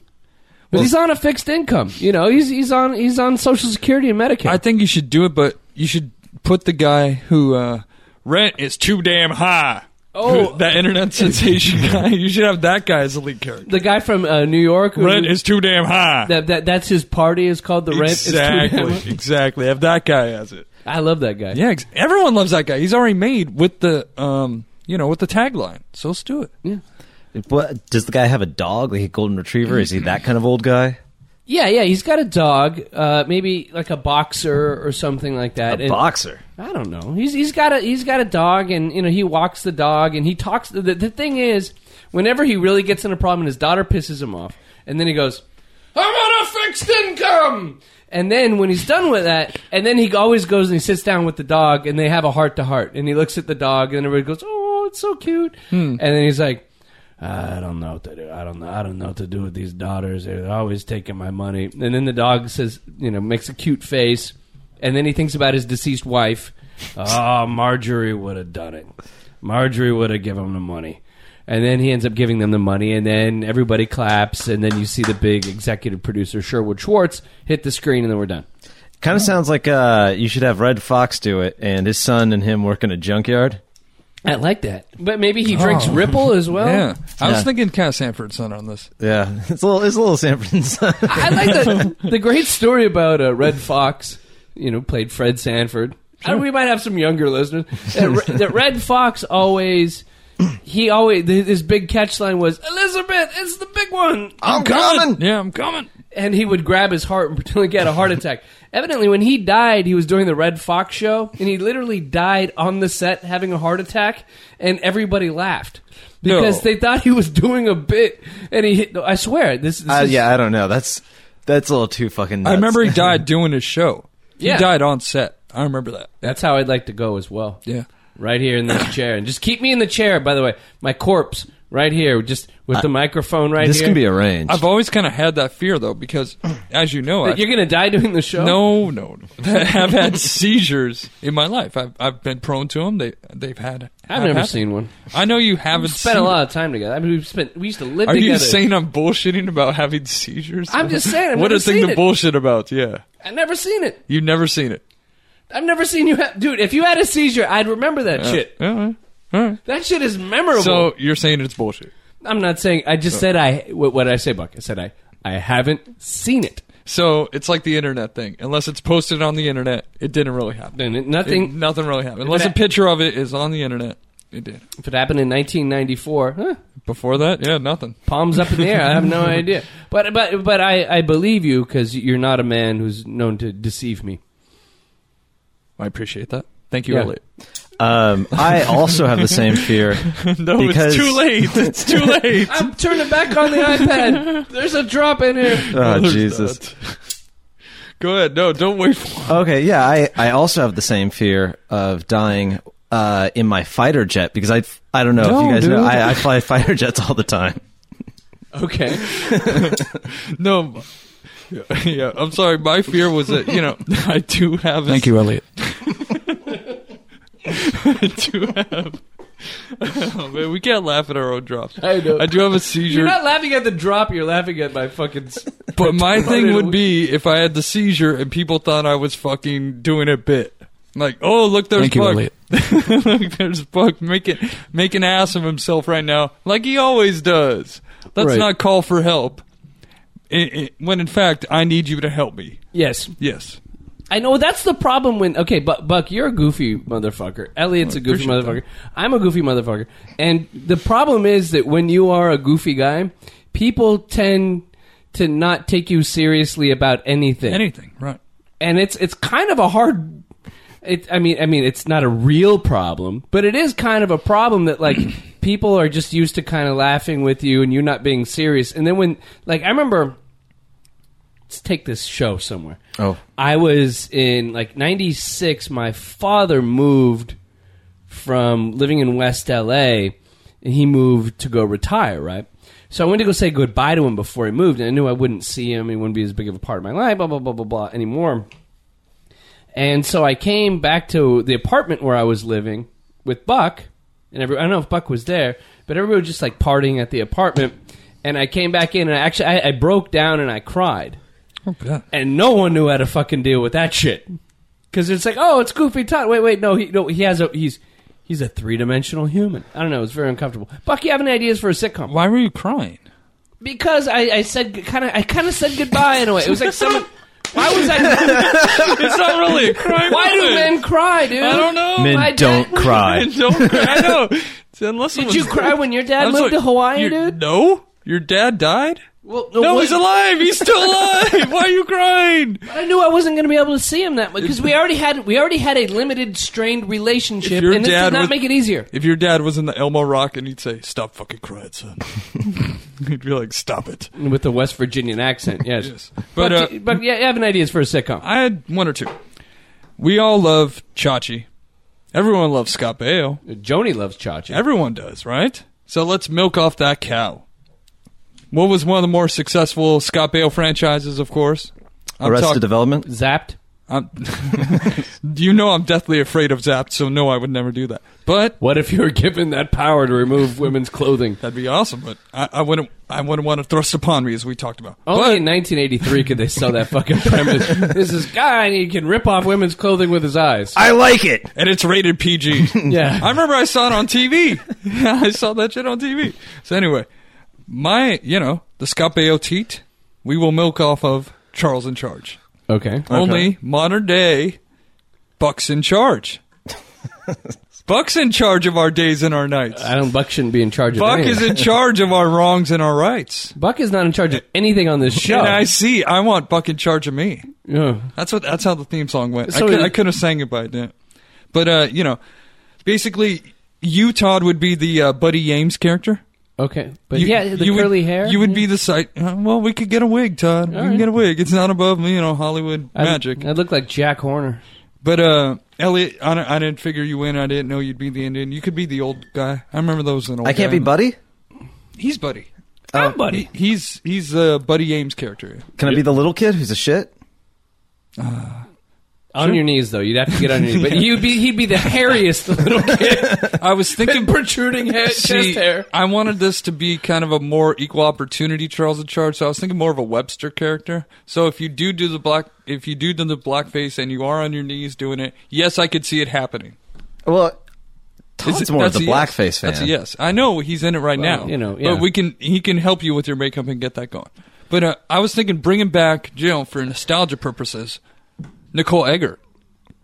But he's on a fixed income. You know, he's he's on he's on Social Security and Medicare. I think you should do it, but you should put the guy who uh, rent is too damn high. Oh. that internet sensation guy. You should have that guy as the lead character. the guy from uh, New York. who- Rent is too damn high. that, that that's his party is called the rent. is too damn exactly, exactly. Have that guy as it. I love that guy. Yeah, ex- everyone loves that guy. He's already made with the um, you know, with the tagline. So let's do it. what, does the guy have a dog like a golden retriever? Is he that kind of old guy? yeah, yeah, He's got a dog, uh, maybe like a boxer or something like that. A And- boxer. I don't know. He's he's got a he's got a dog, and you know he walks the dog, and he talks. The, the thing is, whenever he really gets in a problem, and his daughter pisses him off, and then he goes, "I'm on a fixed income." And then when he's done with that, and then he always goes and he sits down with the dog, and they have a heart to heart, and he looks at the dog, and everybody goes, "Oh, it's so cute," and then he's like. I don't know what to do. I don't know. I don't know what to do with these daughters. They're always taking my money. And then the dog says, you know, makes a cute face, and then he thinks about his deceased wife. Oh, Marjorie would have done it. Marjorie would have given him the money. And then he ends up giving them the money, and then everybody claps, and then you see the big executive producer Sherwood Schwartz hit the screen, and then we're done. Kind of sounds like uh, you should have Red Fox do it, and his son and him work in a junkyard. I like that, Oh. but maybe he drinks Ripple as well. yeah, I Yeah. was thinking kind of Sanford and Son on this. Yeah, it's a little, it's a little Sanford son. I like the, the great story about uh, Red Fox, you know, played Fred Sanford. I, we might have some younger listeners. That, Re- that Red Fox always, he always, th- his big catch line was, Elizabeth, it's the big one. I'm coming. Yeah, I'm coming. And he would grab his heart and pretend like he had a heart attack. Evidently, when he died, he was doing the Red Fox show, and he literally died on the set having a heart attack, and everybody laughed. No. Because they thought he was doing a bit, and he hit. I swear, this, this Uh, is yeah, I don't know. That's that's a little too fucking. Nuts. I remember he died doing his show. Yeah. He died on set. I remember that. That's how I'd like to go as well. Yeah. Right here in this chair. And just keep me in the chair, by the way. My corpse right here, just with Uh, the microphone right this here. can be arranged. I've always kind of had that fear though, because as you know, I, You're going to die doing the show? no, no, no. I've had seizures in my life. I've I've been prone to them. They they've had. I've have never had- seen one. I know you haven't Spent seen a lot of time together. I mean, we've spent, we used to live Are together. you saying I'm bullshitting about having seizures? I'm just saying, I've what never a thing seen to it. bullshit about. Yeah, I've never seen it. you've never seen it. I've never seen you have, dude, if you had a seizure, I'd remember that shit. All right. All right. That shit is memorable. So uh, you're saying it's bullshit. I'm not saying, I just said I, what, what did I say, Buck? I said I, I haven't seen it. So it's like the internet thing. Unless it's posted on the internet, it didn't really happen. Then it- It- nothing, nothing really happened. Unless a Internet. picture of it is on the internet, it did. if it happened in 1994, huh? Before that, yeah, nothing. palms up in the air. I have no idea. But but but I, I believe you because you're not a man who's known to deceive me. I appreciate that. Thank you, Yeah. Elliot. Um, I also have the same fear. Oh, no, Because- it's too late. It's too late. I'm turning back on the iPad. There's a drop in here. Oh, There's Jesus. that. Go ahead. No, don't wait for Okay, yeah, I, I also have the same fear of dying uh, in my fighter jet because I I don't know if No, you guys dude. know I, I fly fighter jets all the time. Okay. No. Yeah, yeah, I'm sorry. My fear was that, you know, I do have. Thank you, Elliot. I do have. Oh, man, we can't laugh at our own drops. I know. I do have a seizure. You're not laughing at the drop. You're laughing at my fucking. s- But my thing we- would be if I had the seizure and people thought I was fucking doing a bit. Like, oh look, there's Thank you, Buck. Elliot. look, there's Buck making make an ass of himself right now, like he always does. Let's Right. not call for help. I i when in fact, I need you to help me. Yes, Yes. I know. That's the problem. When okay, but Buck, you're a goofy motherfucker. Elliot's a goofy appreciate motherfucker. I'm a goofy motherfucker. And the problem is that when you are a goofy guy, people tend to not take you seriously about anything. Anything, right? and it's it's kind of a hard it i mean i mean it's not a real problem but it is kind of a problem that like people are just used to kind of laughing with you and you not being serious and then when like i remember let's take this show somewhere Oh. i was in like 96 my father moved from living in west la and he moved to go retire right so I went to go say goodbye to him before he moved, and I knew I wouldn't see him. He wouldn't be as big of a part of my life, blah blah blah blah blah anymore. And so I came back to the apartment where I was living with Buck, and every, I don't know if Buck was there, but everybody was just like partying at the apartment. And I came back in, and I actually I, I broke down and I cried, Oh God. and no one knew how to fucking deal with that shit. Because it's like, oh, it's Goofy Todd. Wait, wait, no, he no, he has a he's he's a three dimensional human. I don't know, it's very uncomfortable. Buck, you have any ideas for a sitcom? Why were you crying? Because I, I said kind of I kind of said goodbye in a way. It was like someone. Why was I? It's not really a crime. Why do moment. men cry, dude? I don't know. Men My don't dad- cry. Don't cry. I know. Unless Did you cry when your dad moved to Hawaii, dude? No, your dad died. Well, No, what- he's alive. He's still alive. Why are you crying? I knew I wasn't going to be able to see him that much because we already had we already had a limited strained relationship, If your and this did dad not was- make it easier. If your dad was in the Elmo Rock and he'd say, "Stop fucking crying, son," he'd be like, "Stop it." With the West Virginian accent, yes. Yes. But But, uh, but, yeah, you have an ideas for a sitcom. I had one or two. We all love Chachi. Everyone loves Scott Baio. Joni loves Chachi. Everyone does, right? So let's milk off that cow. What was one of the more successful Scott Baio franchises? Of course, I'm Arrested talk- Development. Zapped. I'm, you know I'm deathly afraid of Zapped, so no, I would never do that. But What if you were given that power to remove women's clothing? that'd be awesome. But I, I wouldn't. I wouldn't want to thrust upon me, as we talked Oh. about. Only But- in 1983 could they sell that fucking premise. There's this guy and he can rip off women's clothing with his eyes. I like it. and it's rated PG. Yeah. I remember I saw it on TV. I saw that shit on TV. So anyway, my you know the Scott Teat, we will milk off of Charles in Charge. Okay. Only modern day Bucks in charge. Buck's in charge of our days and our nights. I don't. Buck shouldn't be in charge of Buck anything. is in charge of our wrongs and our rights. Buck is not in charge of anything on this show. And I see. I want Buck in charge of me. Yeah. That's what. That's how the theme song went. So I, could, it- I could have sang it by then, but uh, you know, basically, you Todd would be the uh, Buddy Yames character. Okay. But You- yeah, the you would- curly hair. You would be the site. Uh, well, we could get a wig, Todd. we All can right. get a wig. It's not above you know Hollywood I'd- magic. I'd look like Jack Horner. but uh, Elliot, I, don't- I didn't figure you in. I didn't know you'd be the Indian. You could be the old guy. I remember those an old. I can't guy. be Buddy. He's Buddy. I'm Buddy. He's he's the Buddy Yames character. Can I be the little kid who's a shit? On your knees, though. You'd have to get on your knees. But you'd be, he'd be the hairiest little kid. I was thinking protruding head, See, chest hair. I wanted this to be kind of a more equal opportunity Charles in Charge, so I was thinking more of a Webster character. So if you do do the black, if you do do the blackface and you are on your knees doing it, yes, I could see it happening. Well, Is Todd's it- more of that's the a yes. blackface fan. That's a yes. I know he's in it right Well, now. you know, yeah. but we can he can help you with your makeup and get that going. But uh, I was thinking bringing back Jill for nostalgia purposes. Nicole Eggert,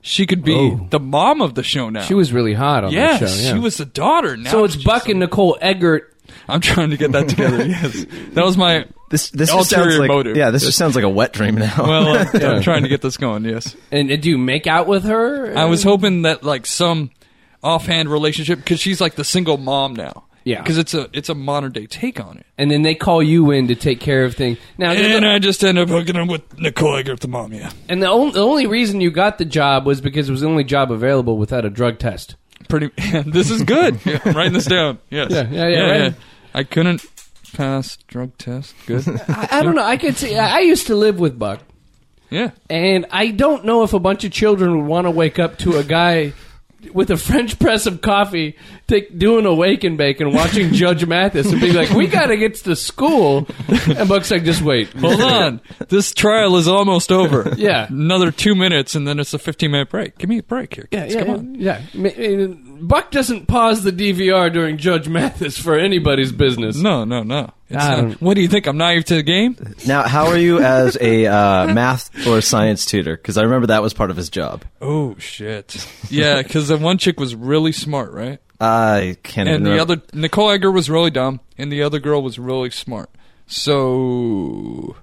she could be Oh. the mom of the show now. She was really hot on Yes, the show. yeah. she was the daughter. Now So it's she's Buck and Nicole Eggert. I'm trying to get that together. yes, that was my. This this just Ulterior sounds like motive. yeah. This just sounds like a wet dream now. Well, uh, I'm, I'm trying to get this going. Yes, And uh, do you make out with her? I was hoping that like some. offhand relationship because she's like the single mom now. Yeah. because it's a it's a modern day take on it. and then they call you in to take care of things. Now, And I just end up hooking up with Nicole Eggert, the mom. Yeah, and the, on- the only reason you got the job was because it was the only job available without a drug test. pretty. this is good. yeah, I'm writing this down. Yes. Yeah, yeah, yeah, right. I couldn't pass drug test. Good. I, I don't know. I could see. I, I used to live with Buck, yeah. and I don't know if a bunch of children would want to wake up to a guy with a French press of coffee, take, doing a wake and bake, and watching Judge Mathis, and be like, "We got to get to school," and Buck's like, "Just wait." Hold on. This trial is almost over. Yeah. Another two minutes, and then it's a 15 minute break. Give me a break here, Yeah, kids. yeah, Come on. yeah. Ma- uh, Buck doesn't pause the DVR during Judge Mathis for anybody's business. No, no, no. It's I not, don't- what do you think? I'm naive to the game? Now, how are you as a uh, math or science tutor? Because I remember that was part of his job. Oh, shit. Yeah, because the one chick was really smart, right? I can't. And even the remember. other, Nicole Egger was really dumb, and the other girl was really smart. So,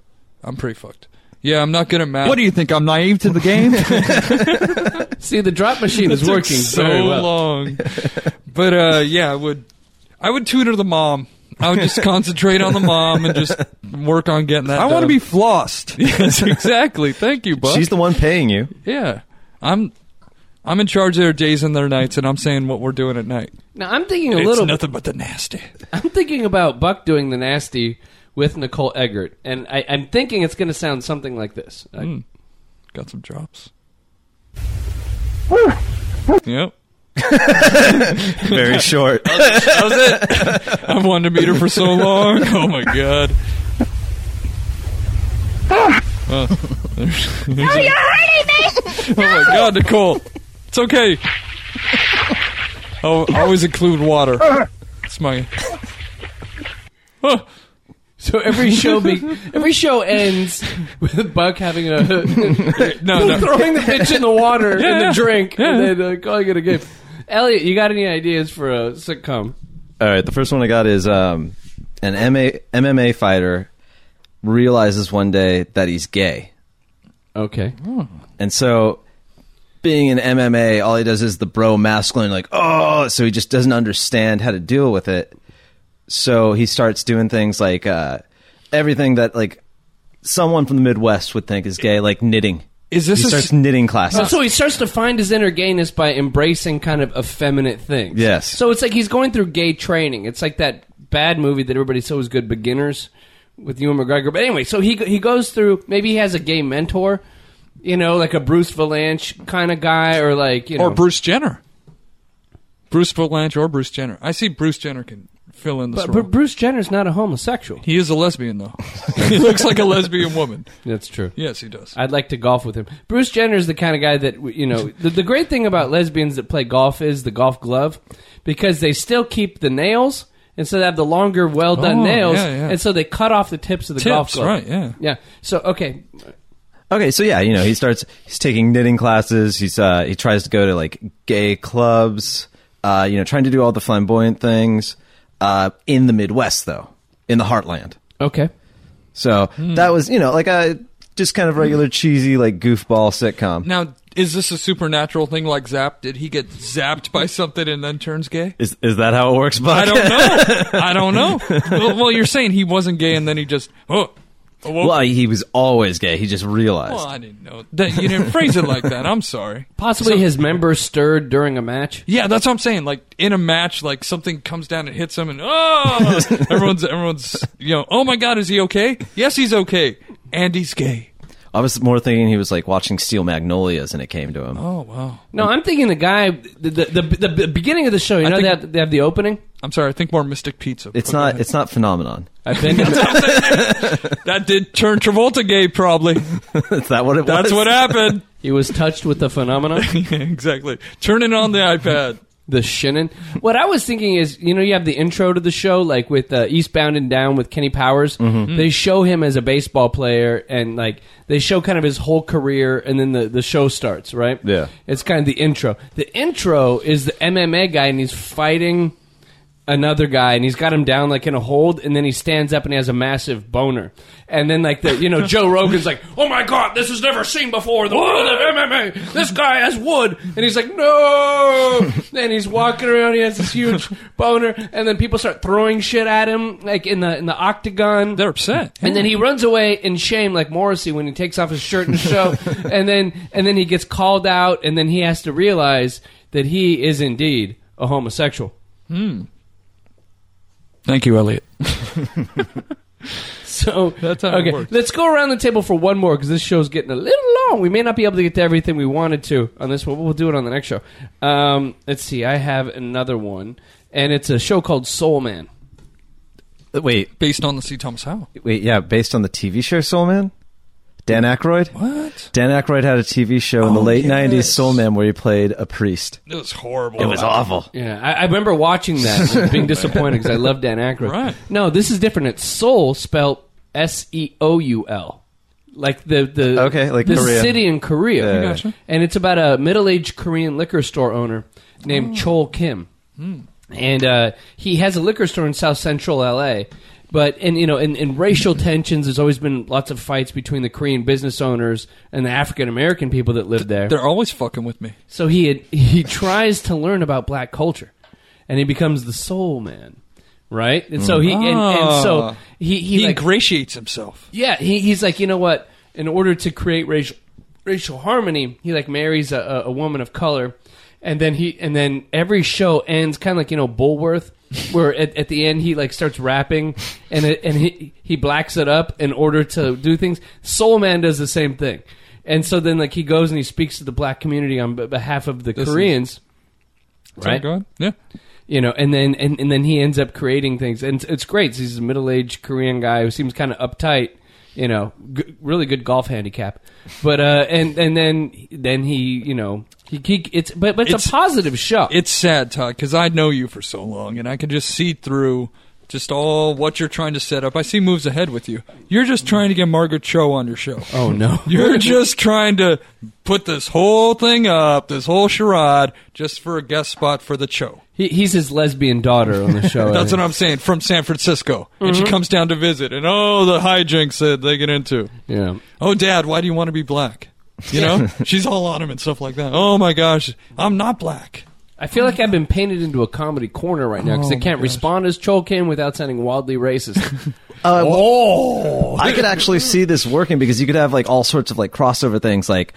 I'm pretty fucked. Yeah, I'm not good at math. What do you think? I'm naive to the game? See, the drop machine is It took working so very well. long. but uh, yeah, I would I would tutor the mom. I would just concentrate on the mom and just work on getting that. I want done. to be flossed. yes, exactly. Thank you, Buck. She's the one paying you. yeah, I'm I'm in charge of their days and their nights, and I'm saying what we're doing at night. Now I'm thinking a it's little. nothing but the nasty. I'm thinking about Buck doing the nasty with Nicole Eggert, and I, I'm thinking it's going to sound something like this. Like, Got some drops. yep. Very short. I've wanted to meet her for so long. Oh my god. Oh, there's- there's a- Oh my god, Nicole. It's okay. Oh, I always include water. It's my. Oh, So every show be, every show ends with Buck having a no, no. throwing the bitch in the water Yeah, and the yeah. drink, Yeah, yeah. and then uh, calling it a game. Elliot, you got any ideas for a sitcom? All right, the first one I got is um, an MA, MMA fighter realizes one day that he's gay, Okay. and so being in MMA, all he does is the bro masculine, like oh, so he just doesn't understand how to deal with it. So he starts doing things like uh, everything that like someone from the Midwest would think is gay, like knitting. Is this He a starts s- knitting classes. So, so he starts to find his inner gayness by embracing kind of effeminate things. Yes. So it's like he's going through gay training. It's like that bad movie that everybody said was good, Beginners, with Ewan McGregor. But anyway, so he he goes through. Maybe he has a gay mentor, you know, like a Bruce Valanche kind of guy, or like you know, Or Bruce Jenner. Bruce Valanche or Bruce Jenner. I see Bruce Jenner can fill in this But, role. but Bruce Jenner's not a homosexual. he is a lesbian, though. he looks like a lesbian woman. That's true. Yes, he does. I'd like to golf with him. Bruce Jenner's the kind of guy that you know. The, the great thing about lesbians that play golf is the golf glove, because they still keep the nails, and so they have the longer, well done Oh, nails, yeah, yeah. and so they cut off the tips of the golf Tips, glove. right? Yeah. Yeah. So okay, Okay, so yeah, you know, he starts he's taking knitting classes. He's uh he tries to go to like gay clubs, uh you know, trying to do all the flamboyant things uh in the Midwest though, in the heartland. okay. So, Hmm. that was, you know, like a just kind of regular cheesy like goofball sitcom. Now, is this a supernatural thing like Zap? Did he get zapped by something and then turns gay? Is is that how it works, Buck? I don't know. I don't know. Well, well, you're saying he wasn't gay and then he just oh. oh, Well, well, he was always gay. He just realized. well, I didn't know that. You didn't phrase it like that. I'm sorry. Possibly his members stirred during a match. Yeah, that's what I'm saying. Like in a match, like something comes down and hits him, and oh, everyone's everyone's you know, oh my god, is he okay? Yes, he's okay, and he's gay. I was more thinking he was like watching Steel Magnolias and it came to him. Oh wow. No, I'm thinking the guy. The the, the, the beginning of the show. You I know think- they, have, they have the opening. I'm sorry. I think more Mystic Pizza. It's But go not ahead. it's not phenomenon. I've been. that did turn Travolta gay, probably. Is that what it was? That's what happened. he was touched with the phenomenon. Yeah, exactly. Turning on the iPad. The Shannon. What I was thinking is, you know, you have the intro to the show, like with uh, Eastbound and Down with Kenny Powers. They show him as a baseball player, and like they show kind of his whole career, and then the, the show starts, right? Yeah. it's kind of the intro. The intro is the MMA guy, and he's fighting another guy and he's got him down like in a hold and then he stands up and he has a massive boner and then like the you know joe rogan's like oh my god this is never seen before in the world of mma this guy has wood and he's like no and he's walking around he has this huge boner and then people start throwing shit at him like in the in the octagon They're upset. and then he runs away in shame, like Morrissey when he takes off his shirt in the show, and then and then he gets called out, and then he has to realize that he is indeed a homosexual. Thank you, Elliot. So That's how it okay, works. let's go around the table for one more because this show's getting a little long. We may not be able to get to everything we wanted to on this one. but We'll do it on the next show. Um, let's see. I have another one, and it's a show called Soul Man. Wait, Based on the C. Thomas Howell. wait, yeah, based on the TV show Soul Man? Dan Aykroyd? What? Dan Aykroyd had a TV show in the Oh, late yes. 90s, Soul Man, where he played a priest. It was horrible. awful. Yeah, I, I remember watching that and being disappointed because I love Dan Aykroyd. Right. No, this is different. It's Seoul spelled S E O U L, like the the Okay, like the Korea. city in Korea. Yeah. I gotcha. And it's about a middle aged Korean liquor store owner Oh. named Chol Kim, Hmm. and uh, he has a liquor store in South Central L.A. But and you know, in, in racial tensions, there's always been lots of fights between the Korean business owners and the African American people that live there. They're always fucking with me. So he had, he tries to learn about black culture, and he becomes the soul man, right? And so he and, and so Ah. he he, He, like ingratiates himself. yeah he, he's like you know what? In order to create racial racial harmony, he like marries a, a, a woman of color, and then he and then every show ends kind of like you know Bullworth. Where at, at the end he like starts rapping and it, and he he blacks it up in order to do things. Soul Man does the same thing, and so then like he goes and he speaks to the black community on b- behalf of the is- Koreans, Sorry, Right. go on. Yeah. you know and then and, and then he ends up creating things and it's, it's great he's a middle-aged korean guy who seems kind of uptight you know g- really good golf handicap but uh and and then then he you know he, he it's but, but it's, It's- a positive show It's sad, Todd, because I know you for so long, and I can just see through just all what you're trying to set up. I see moves ahead with you. You're just trying to get Margaret Cho on your show. oh no You're just trying to put this whole thing up, this whole charade, just for a guest spot for the Cho. he, he's his lesbian daughter on the show That's I what I'm saying. From San Francisco, and she comes down to visit, and oh, the hijinks that they get into. think. yeah Oh, Dad, why do you want to be black? You know, she's all on him and stuff like that. Oh my gosh, I'm not black. I feel like I've been painted into a comedy corner right now because I can't respond as Chol Kim without sounding wildly racist. Oh, I could actually see this working because you could have like all sorts of like crossover things like,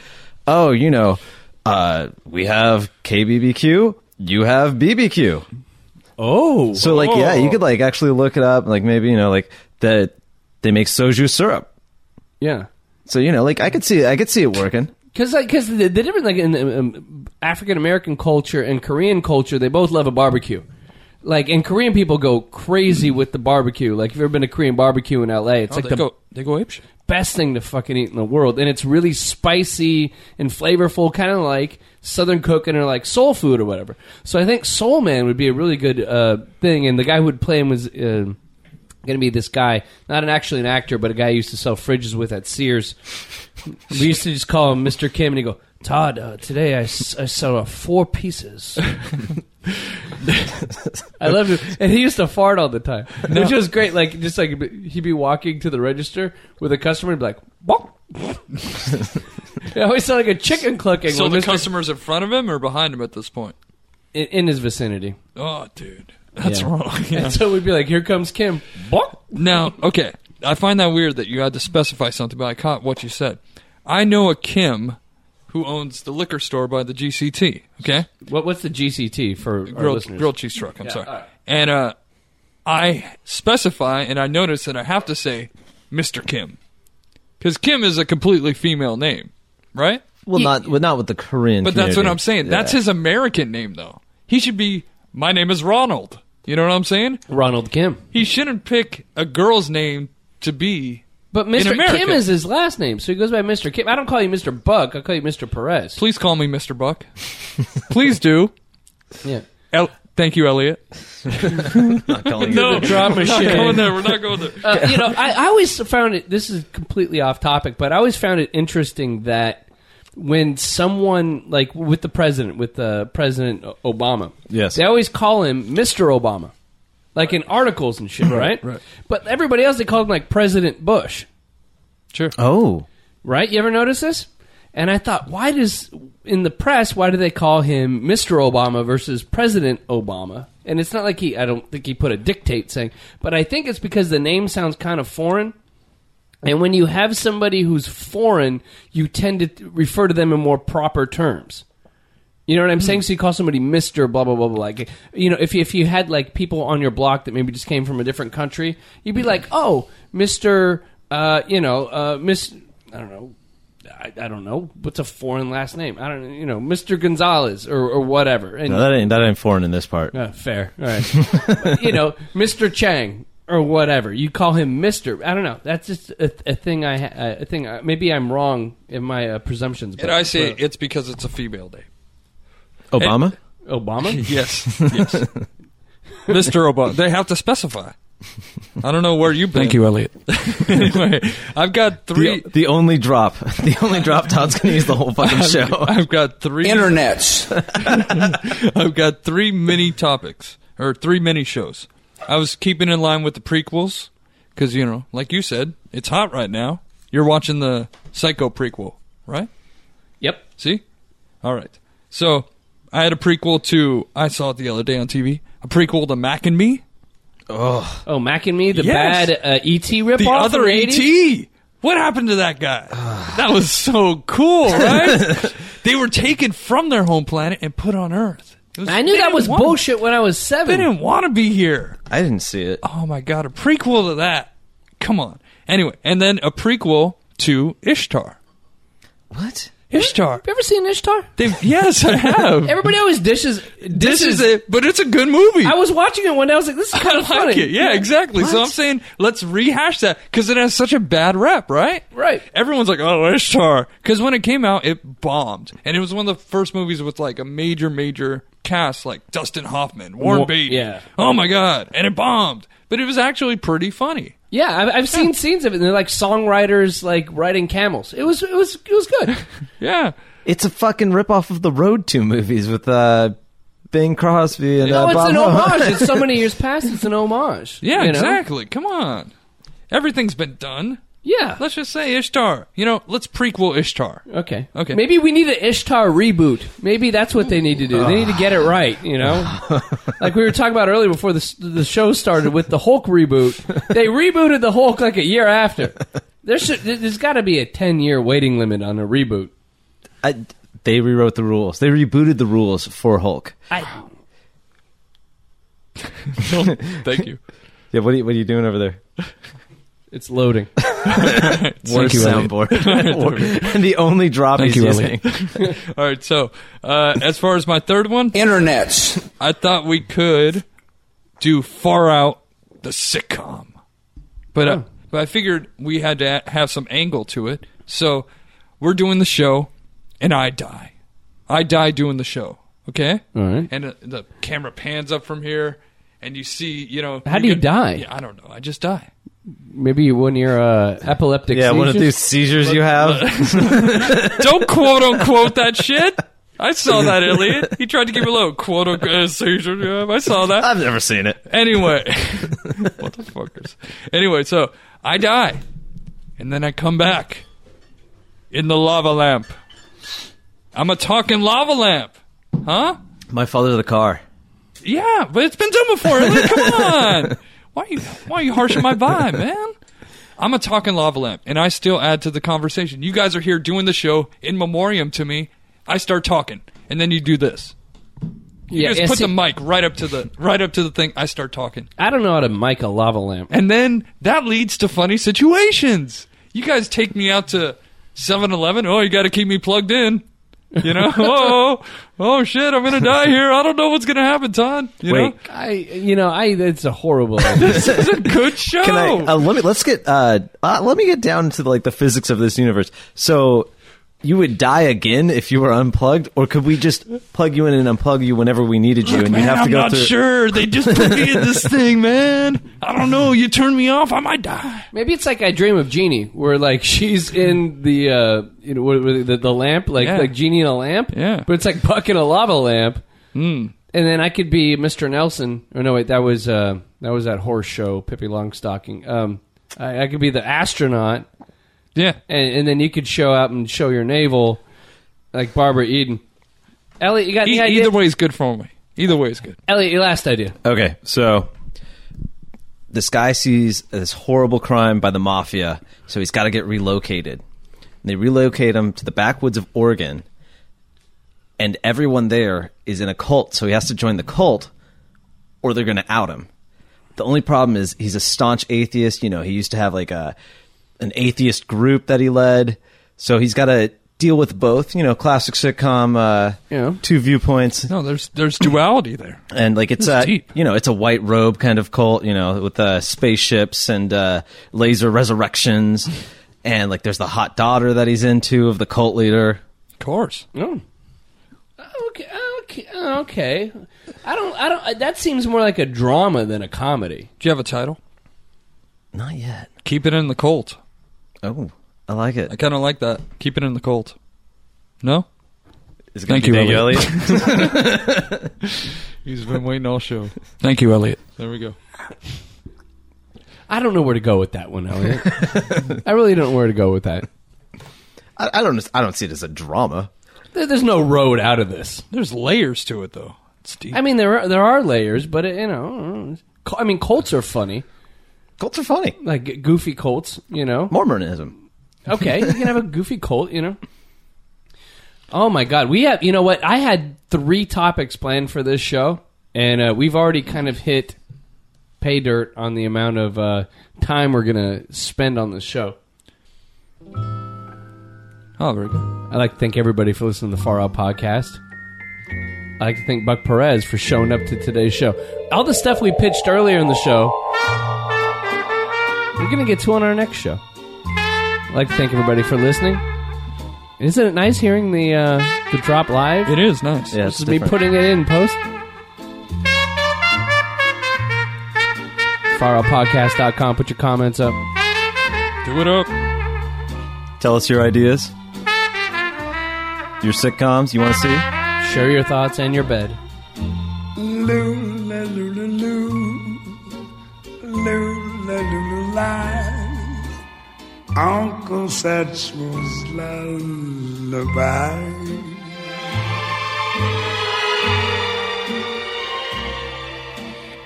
oh, you know, uh, we have KBBQ, you have BBQ. oh, So like, yeah, you could like actually look it up. Like maybe, you know, like that they make soju syrup. yeah. So, you know, like I could see, I could see it working. Because like, cause the, the difference like in um, African American culture and Korean culture, they both love a barbecue. Like, and Korean people go crazy with the barbecue. Like, if you've ever been to Korean barbecue in LA, it's like Oh, the they go, they go apeshit. best thing to fucking eat in the world, and it's really spicy and flavorful, kind of like Southern cooking or like soul food or whatever. So I think Soul Man would be a really good uh, thing, and the guy who would play him was uh, going to be this guy, not an actually an actor, but a guy I used to sell fridges with at Sears. we used to just call him Mr. Kim, and he would go. Todd, uh, today I, s- I saw uh, four pieces. I loved it, and he used to fart all the time, which was great. Like just like he'd be walking to the register with a customer, and be like, "Bonk." it always sounded like a chicken clucking. So when the Mr. customer's in front of him or behind him at this point? in, in his vicinity, Oh, dude, that's Yeah. wrong. Yeah. and so we'd be like, "Here comes Kim." Bonk. now, okay, I find that weird that you had to specify something, but I caught what you said. I know a Kim who owns the liquor store by the GCT. Okay, What, what's the GCT for our grilled, listeners? grilled cheese truck. I'm sorry. all right. And uh, I specify, and I notice that I have to say Mr. Kim because Kim is a completely female name, right? Well, not, well, not with the Korean. But that's what community. I'm saying. That's Yeah. his American name, though. He should be. My name is Ronald. You know what I'm saying? Ronald Kim, He shouldn't pick a girl's name to be. but Mr. America. Kim is his last name, so he goes by Mr. Kim. I don't call you Mr. Buck; I call you Mr. Perez. Please call me Mr. Buck. Please do. Yeah. El- Thank you, Elliot. Not calling you No, the drum we're not machine. going there. We're not going there. Uh, you know, I, I always found it. This is completely off topic, but I always found it interesting that when someone like with the president, with uh, President O- Obama, Yes. they always call him Mister Obama. like in articles and shit, right? right. But everybody else they called him like President Bush, Sure. Oh, right? You ever notice this? And I thought, why does in the press why do they call him Mr. Obama versus President Obama? And it's not like he I don't think he put a dictate saying, but I think it's because the name sounds kind of foreign. And when you have somebody who's foreign, you tend to t- refer to them in more proper terms. You know what I'm saying? So you call somebody Mister blah blah blah blah. Like you know, if you, if you had like people on your block that maybe just came from a different country, you'd be like, oh, Mister, uh, you know, uh, Miss, I don't know, I, I don't know what's a foreign last name. I don't, you know, Mister Gonzalez or, or whatever. And No, that ain't that ain't foreign in this part. uh, fair. All right. you know, Mr. Chang or whatever. You call him Mr. I don't know. That's just a, a thing I ha- a thing I, maybe I'm wrong in my uh, presumptions but And I say it's because it's a female day. Obama. but Obama? Yes. yes. Mr. Obama. They have to specify. I don't know where you've been. Thank you, Elliot. anyway, I've got three. the, the only drop, the only drop Todd's gonna use the whole fucking show. I've got three. Internets. I've got three mini topics or three mini shows. I was keeping in line with the prequels because you know, like you said, it's hot right now. You're watching the Psycho prequel, right? Yep. See? All right. So I had a prequel to I saw it the other day on TV. A prequel to Mac and Me. Oh, Mac and Me, the Yes. bad uh, ET ripoff. The other E from the E ET. 80s? What happened to that guy? that was so cool, right? they were taken from their home planet and put on Earth. It I they knew that didn't was want- bullshit when I was They seven. didn't want to be here. I didn't see it. Oh my god, a prequel to that. Come on. Anyway, and then a prequel to Ishtar. What? Ishtar. You ever seen Ishtar? They've, yes, I have. Everybody always dishes. This is it, but it's a good movie. I was watching it one day. I was like, "This is kind I of like funny." it. Yeah, exactly. So I'm saying let's rehash that because it has such a bad rep, right? Right. Everyone's like, oh, Ishtar. Because when it came out, it bombed. And it was one of the first movies with like a major, major cast like Dustin Hoffman, Warren Wa- Beatty. yeah. Oh my God. And it bombed. But it was actually pretty funny. Yeah, I've, I've seen scenes of it. And they're like songwriters like riding camels. It was it was it was good. Yeah. It's a fucking ripoff of the Road Two movies with uh, Bing Crosby and No, uh, it's Bob an Hope. homage. it's so many years past. It's an homage. Yeah, you know? exactly. Come on. Everything's been done. Yeah. Let's just say Ishtar. You know, let's prequel Ishtar. okay. Okay. Maybe we need an Ishtar reboot. Maybe that's what they need to do. They need to get it right. You know, like we were talking about earlier before the the show started with the Hulk reboot. They rebooted the Hulk like a year after. There should there's got to be a ten year waiting limit on a reboot. I, they rewrote the rules. They rebooted the rules for Hulk. I, Thank you. Yeah, what are you, what are you doing over there? it's loading. Worst soundboard. and the only drop he's using. All right, so uh, as far as my third one, Internets. I thought we could do Far Out the sitcom, but Oh. uh, but I figured we had to a- have some angle to it. So we're doing the show, and I die. I die doing the show. Okay. All right. And uh, the camera pans up from here, and you see, you know, How do you can- die? Yeah, I don't know. I just die. Maybe when you're uh, epileptic. Yeah, one of seizures? these seizures you have. Don't quote unquote that shit. I saw that, Elliot. He tried to keep it low. Quote unquote seizure. yeah, I saw that. I've never seen it. Anyway, what the fuckers? Anyway, so I die, and then I come back in the lava lamp. I'm a talking lava lamp, huh? My father, the car. Yeah, but it's been done before. Elliot. Come on. Why are you why are you harshing my vibe, man? I'm a talking lava lamp, and I still add to the conversation. You guys are here doing the show in memoriam to me. I start talking, and then you do this. You Yeah, just yeah, put see- the mic right up to the right up to the thing. I start talking, I don't know how to mic a lava lamp. and then that leads to funny situations. You guys take me out to 7-Eleven. Oh, you got to keep me plugged in. You know, oh, oh shit, I'm gonna die here. I don't know what's gonna happen, Todd. You know, Wait, I, you know, I. It's a horrible. this is a good show. Can I? Uh, let me. Let's get. Uh, uh, let me get down to like the physics of this universe. So, you would die again if you were unplugged, or could we just plug you in and unplug you whenever we needed you, and you Man, have to I'm go not through? sure. They just put me in this thing, man. I don't know. You turn me off, I might die. Maybe it's like I dream of Genie, where like she's in the uh, you know, what- what- the, the lamp, like Yeah. like Genie in a lamp. Yeah. Hmm. but it's like Buck in a lava lamp. Mm. And then I could be Mr. Nelson. Or no, Oh, wait, that was uh, That was that horse show, Pippi Longstocking. Um, I, I could be the astronaut, Yeah. and, and then you could show up and show your navel, like Barbara Eden. Elliot, you got any E- idea? either way is good for me. Either way is good. Elliot, your last idea. Okay, so this guy sees this horrible crime by the mafia, so he's got to get relocated. And they relocate him to the backwoods of Oregon, and everyone there is in a cult, so he has to join the cult, or they're going to out him. The only problem is he's a staunch atheist. You know, he used to have like a an atheist group that he led, so he's got to deal with both. You know, classic sitcom, uh, Yeah. two viewpoints No, there's there's duality there. and like it's That's a deep. you know it's a white robe kind of cult you know with uh, spaceships and uh, laser resurrections and like there's the hot daughter that he's into of the cult leader Of course. No. Okay, okay, okay. I don't. I don't. That seems more like a drama than a comedy. Do you have a title? not yet Keep it in the cult. oh i like it I kind of like that. Keep it in the cult. No? Is it Thank gonna be you, Daniel Elliott? He's been waiting all show. Thank you, Elliot. There we go. I don't know where to go with that one, Elliot. I really don't know where to go with that. I, I don't i don't see it as a drama There, there's no road out of this. There's layers to it, though. It's deep. I mean, there are, there are layers, but it, you know, Col- I mean, Colts are funny, cults are funny like goofy Colts. You know, mormonism okay, you can have a goofy Colt. You know. Oh my God, we have. You know what? I had three topics planned for this show, and uh, we've already kind of hit pay dirt on the amount of uh, time we're gonna spend on this show. oh, very good. I'd like to thank everybody for listening to the Far Out Podcast. I'd like to thank Buck Perez for showing up to today's show. All the stuff we pitched earlier in the show, we're going to get to on our next show. I'd like to thank everybody for listening. Isn't it nice hearing the uh, the drop live? It is nice. yeah This it's is me different. putting it in post. FarOutPodcast.com. Put your comments up. Do it up. tell us your ideas your sitcoms you want to see Share your thoughts and your bed. Uncle Satchel's lullaby.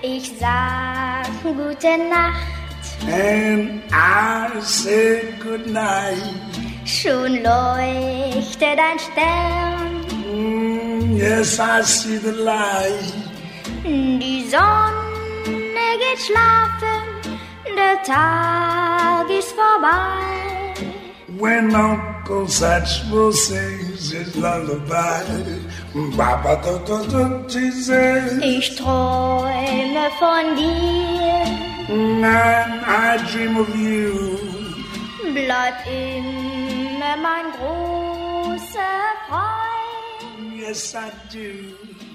Ich sag gute Nacht, And I said goodnight. schon leuchtet ein Stern, Mm, yes, I see the light. die Sonne geht schlafen, der Tag ist vorbei. When Uncle Satchel sings his lullaby. Mm, Baba da da da Jesus. Ich träume von dir, "Mm, And I dream of you. bleib immer mein großer Freund. Yes, I do.